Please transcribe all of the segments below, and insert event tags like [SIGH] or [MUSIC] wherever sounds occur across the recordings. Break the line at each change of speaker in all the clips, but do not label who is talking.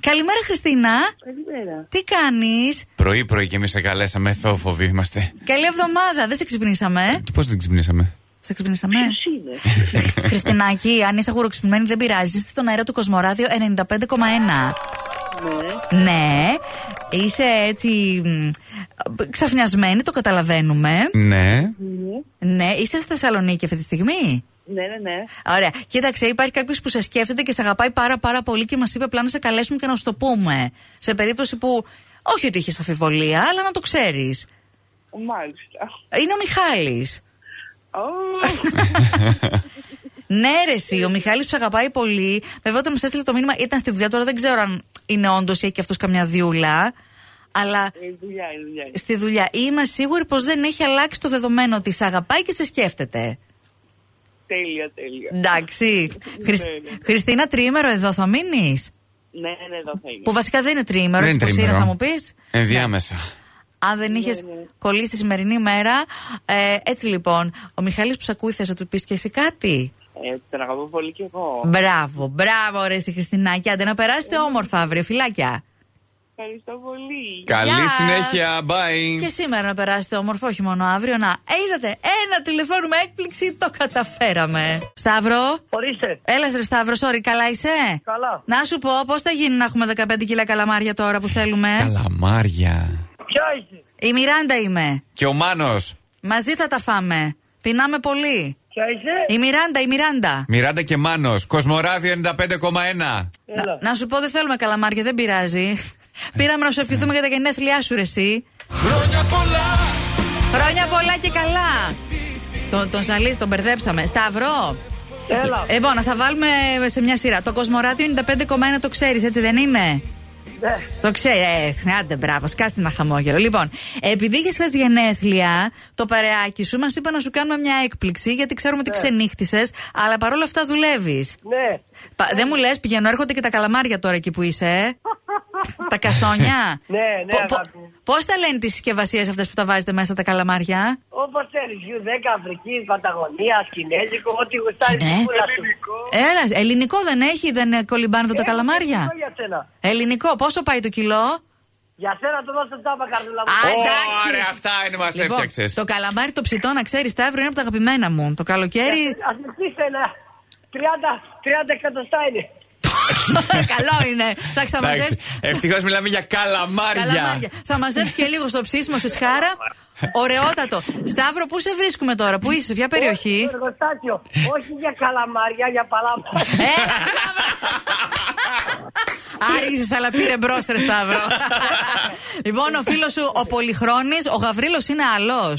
Καλημέρα, Χριστίνα.
Καλημέρα.
Τι κάνεις.
Πρωί-πρωί και εμείς σε καλέσαμε, θόφοβοι είμαστε.
Καλή εβδομάδα. Δεν σε ξυπνήσαμε. ε.
Πώς δεν ξυπνήσαμε.
Σε ξυπνήσαμε.
[LAUGHS] Ποιος είναι.
Χριστινάκη, αν είσαι γουροξυπημένη, δεν πειράζει. Είστε στον αέρα του Κοσμοράδιο 95,1.
ναι.
Ναι, είσαι έτσι μ, ξαφνιασμένη, το καταλαβαίνουμε.
Ναι.
Ναι.
Ναι, είσαι στη Θεσσαλονίκη αυτή τη στιγμή.
Ναι, ναι, ναι.
Ωραία. Κοίταξε, υπάρχει κάποιος που σε σκέφτεται και σε αγαπάει πάρα πάρα πολύ και μας είπε απλά να σε καλέσουμε και να σου το πούμε. Σε περίπτωση που. Όχι ότι είχες αφιβολία, αλλά να το ξέρεις.
Μάλιστα.
Είναι ο Μιχάλης.
Ω,
Ναι, ρε, εσύ, ο Μιχάλης που σε αγαπάει πολύ. Βέβαια, όταν μας έστειλε το μήνυμα, ήταν στη δουλειά. Τώρα δεν ξέρω αν είναι όντως ή έχει και αυτός καμιά διούλα. Αλλά
ε, δουλειά, είναι, δουλειά. είναι.
στη δουλειά είμαι σίγουρη πως δεν έχει αλλάξει το δεδομένο ότι σε αγαπάει και σε σκέφτεται.
Τέλεια, τέλεια.
Εντάξει. Χρυσ-
Ναι, ναι.
Χριστίνα, τριήμερο εδώ θα μείνεις.
Ναι, ναι, εδώ θα είναι.
Που βασικά δεν είναι τριήμερο,
δεν
έτσι
είναι
πως είναι,
τρίμηνο.
θα μου πεις.
Ενδιάμεσα.
Ναι. Αν δεν είχες
ναι.
κολλήσει τη σημερινή μέρα. Ε, έτσι λοιπόν, ο Μιχάλης που σε ακούει, θες να του πεις και εσύ κάτι.
Ε, τον αγαπώ πολύ κι
Ναι.
εγώ.
Μπράβο, μπράβο, ρε, στη Χριστινάκια. Άντε να περάσετε
Ναι.
όμορφα αύριο, φυλάκια.
Ευχαριστώ πολύ.
Καλή
Γεια.
συνέχεια. Bye.
Και σήμερα να περάσετε όμορφα, όχι μόνο αύριο. Να, ε, είδατε, ένα τηλεφώνημα έκπληξη, το καταφέραμε. Σταύρο,
Ορίστε.
έλα ρε Σταύρο, sorry, καλά είσαι.
Καλά.
Να σου πω, πώς θα γίνει να έχουμε 15 κιλά καλαμάρια τώρα που θέλουμε.
Καλαμάρια.
Ποια είσαι.
Η Μιράντα είμαι.
Και ο Μάνος.
Μαζί θα τα φάμε. Πεινάμε πολύ.
Ποια είσαι.
Η Μιράντα, η Μιράντα.
Μιράντα και Μάνος. Κοσμοράδιο 95,1.
Έλα.
Να, να σου πω, δεν θέλουμε καλαμάρια, δεν πειράζει. Πήραμε να σου ευχηθούμε για τα γενέθλιά σου, ρε, εσύ.
Χρόνια πολλά,
Χρόνια πολλά και καλά. Τον, τον Σαλής τον μπερδέψαμε. Σταυρό.
Έλα.
Ε, Λοιπόν, να τα βάλουμε σε μια σειρά. Το Κοσμοράδιο 95,1 το ξέρεις, έτσι δεν είναι.
Ναι.
Το ξέρει. Ε, άντε, μπράβο, σκάστε ένα χαμόγελο. Λοιπόν, επειδή είχες χθες γενέθλια, το παρεάκι σου μας είπε να σου κάνουμε μια έκπληξη, γιατί ξέρουμε ότι ξενύχτησες, αλλά παρόλα αυτά δουλεύεις.
Ναι.
Δεν μου λες, πηγαίνω, έρχονται και τα καλαμάρια τώρα εκεί που είσαι. ε. τα κασόνια.
[LAUGHS] Ναι, ναι, αγάπη μου.
Πώς τα λένε τις συσκευασίες αυτές που τα βάζετε μέσα τα καλαμάρια,
Όπως θέλει, 10 Αφρική, Παταγωνία, Κινέζικο, ό,τι
Ε,
γουστάρεις.
Ναι. Έλα, ελληνικό δεν έχει, δεν κολυμπάνουν
Ε,
τα Ε, καλαμάρια.
Για σένα.
Ελληνικό, πόσο πάει το κιλό.
Για σένα το δώσω τάπα, καρδούλα μου.
Α, εντάξει.
Ωραία, αυτά είναι μας
Λοιπόν,
έφτιαξες.
το καλαμάρι το ψητό, να ξέρεις, Σταύρο είναι από τα αγαπημένα μου. Το καλοκαίρι.
Α νυχτήστε ένα. 30, 30 εκατοστά είναι.
[LAUGHS] Καλό είναι. Θα ξαμαζέψει.
Ευτυχώς μιλάμε για καλαμάρια.
Καλαμάρια. Θα μαζέψει και λίγο στο ψήσιμο στη σχάρα. Ωραιότατο. Σταύρο, πού σε βρίσκουμε τώρα, πού είσαι, σε ποια περιοχή.
Στο Ε, εργοστάσιο. Όχι για καλαμάρια, για παλάμαρια.
[LAUGHS] Έλα, Άργησε, αλλά πήρε μπρος, ρε
[LAUGHS]
Σταύρο. λοιπόν, ο φίλος σου, ο Πολυχρόνης, ο Γαβρίλος είναι άλλος.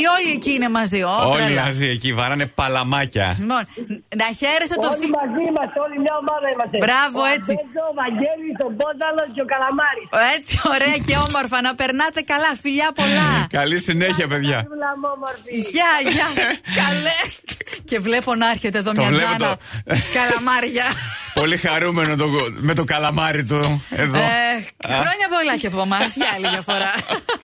Ή όλοι εκεί είναι μαζί, Ω,
Όλοι
τρέλα.
μαζί εκεί βαράνε παλαμάκια.
Λοιπόν, να χαίρεσαι το
Όλοι
φι...
μαζί είμαστε, όλοι μια ομάδα είμαστε.
Μπράβο,
Ο
έτσι.
Αμπέντο, ο Βαγγέλης, τον Πόνταλο και ο Καλαμάρης.
Έτσι ωραία και όμορφα, να περνάτε καλά, φιλιά πολλά.
Καλή συνέχεια, παιδιά.
Καρδούλα μου όμορφη.
Γεια, γεια. Καλέ. Και βλέπω να έρχεται εδώ
Ε, Το
μια
βλέπω
νάνα.
το.
Καλαμάρια.
[LAUGHS] Πολύ χαρούμενο το, με το καλαμάρι του εδώ.
Ε, Χρόνια πολλά και από εμάς. Για άλλη μια φορά.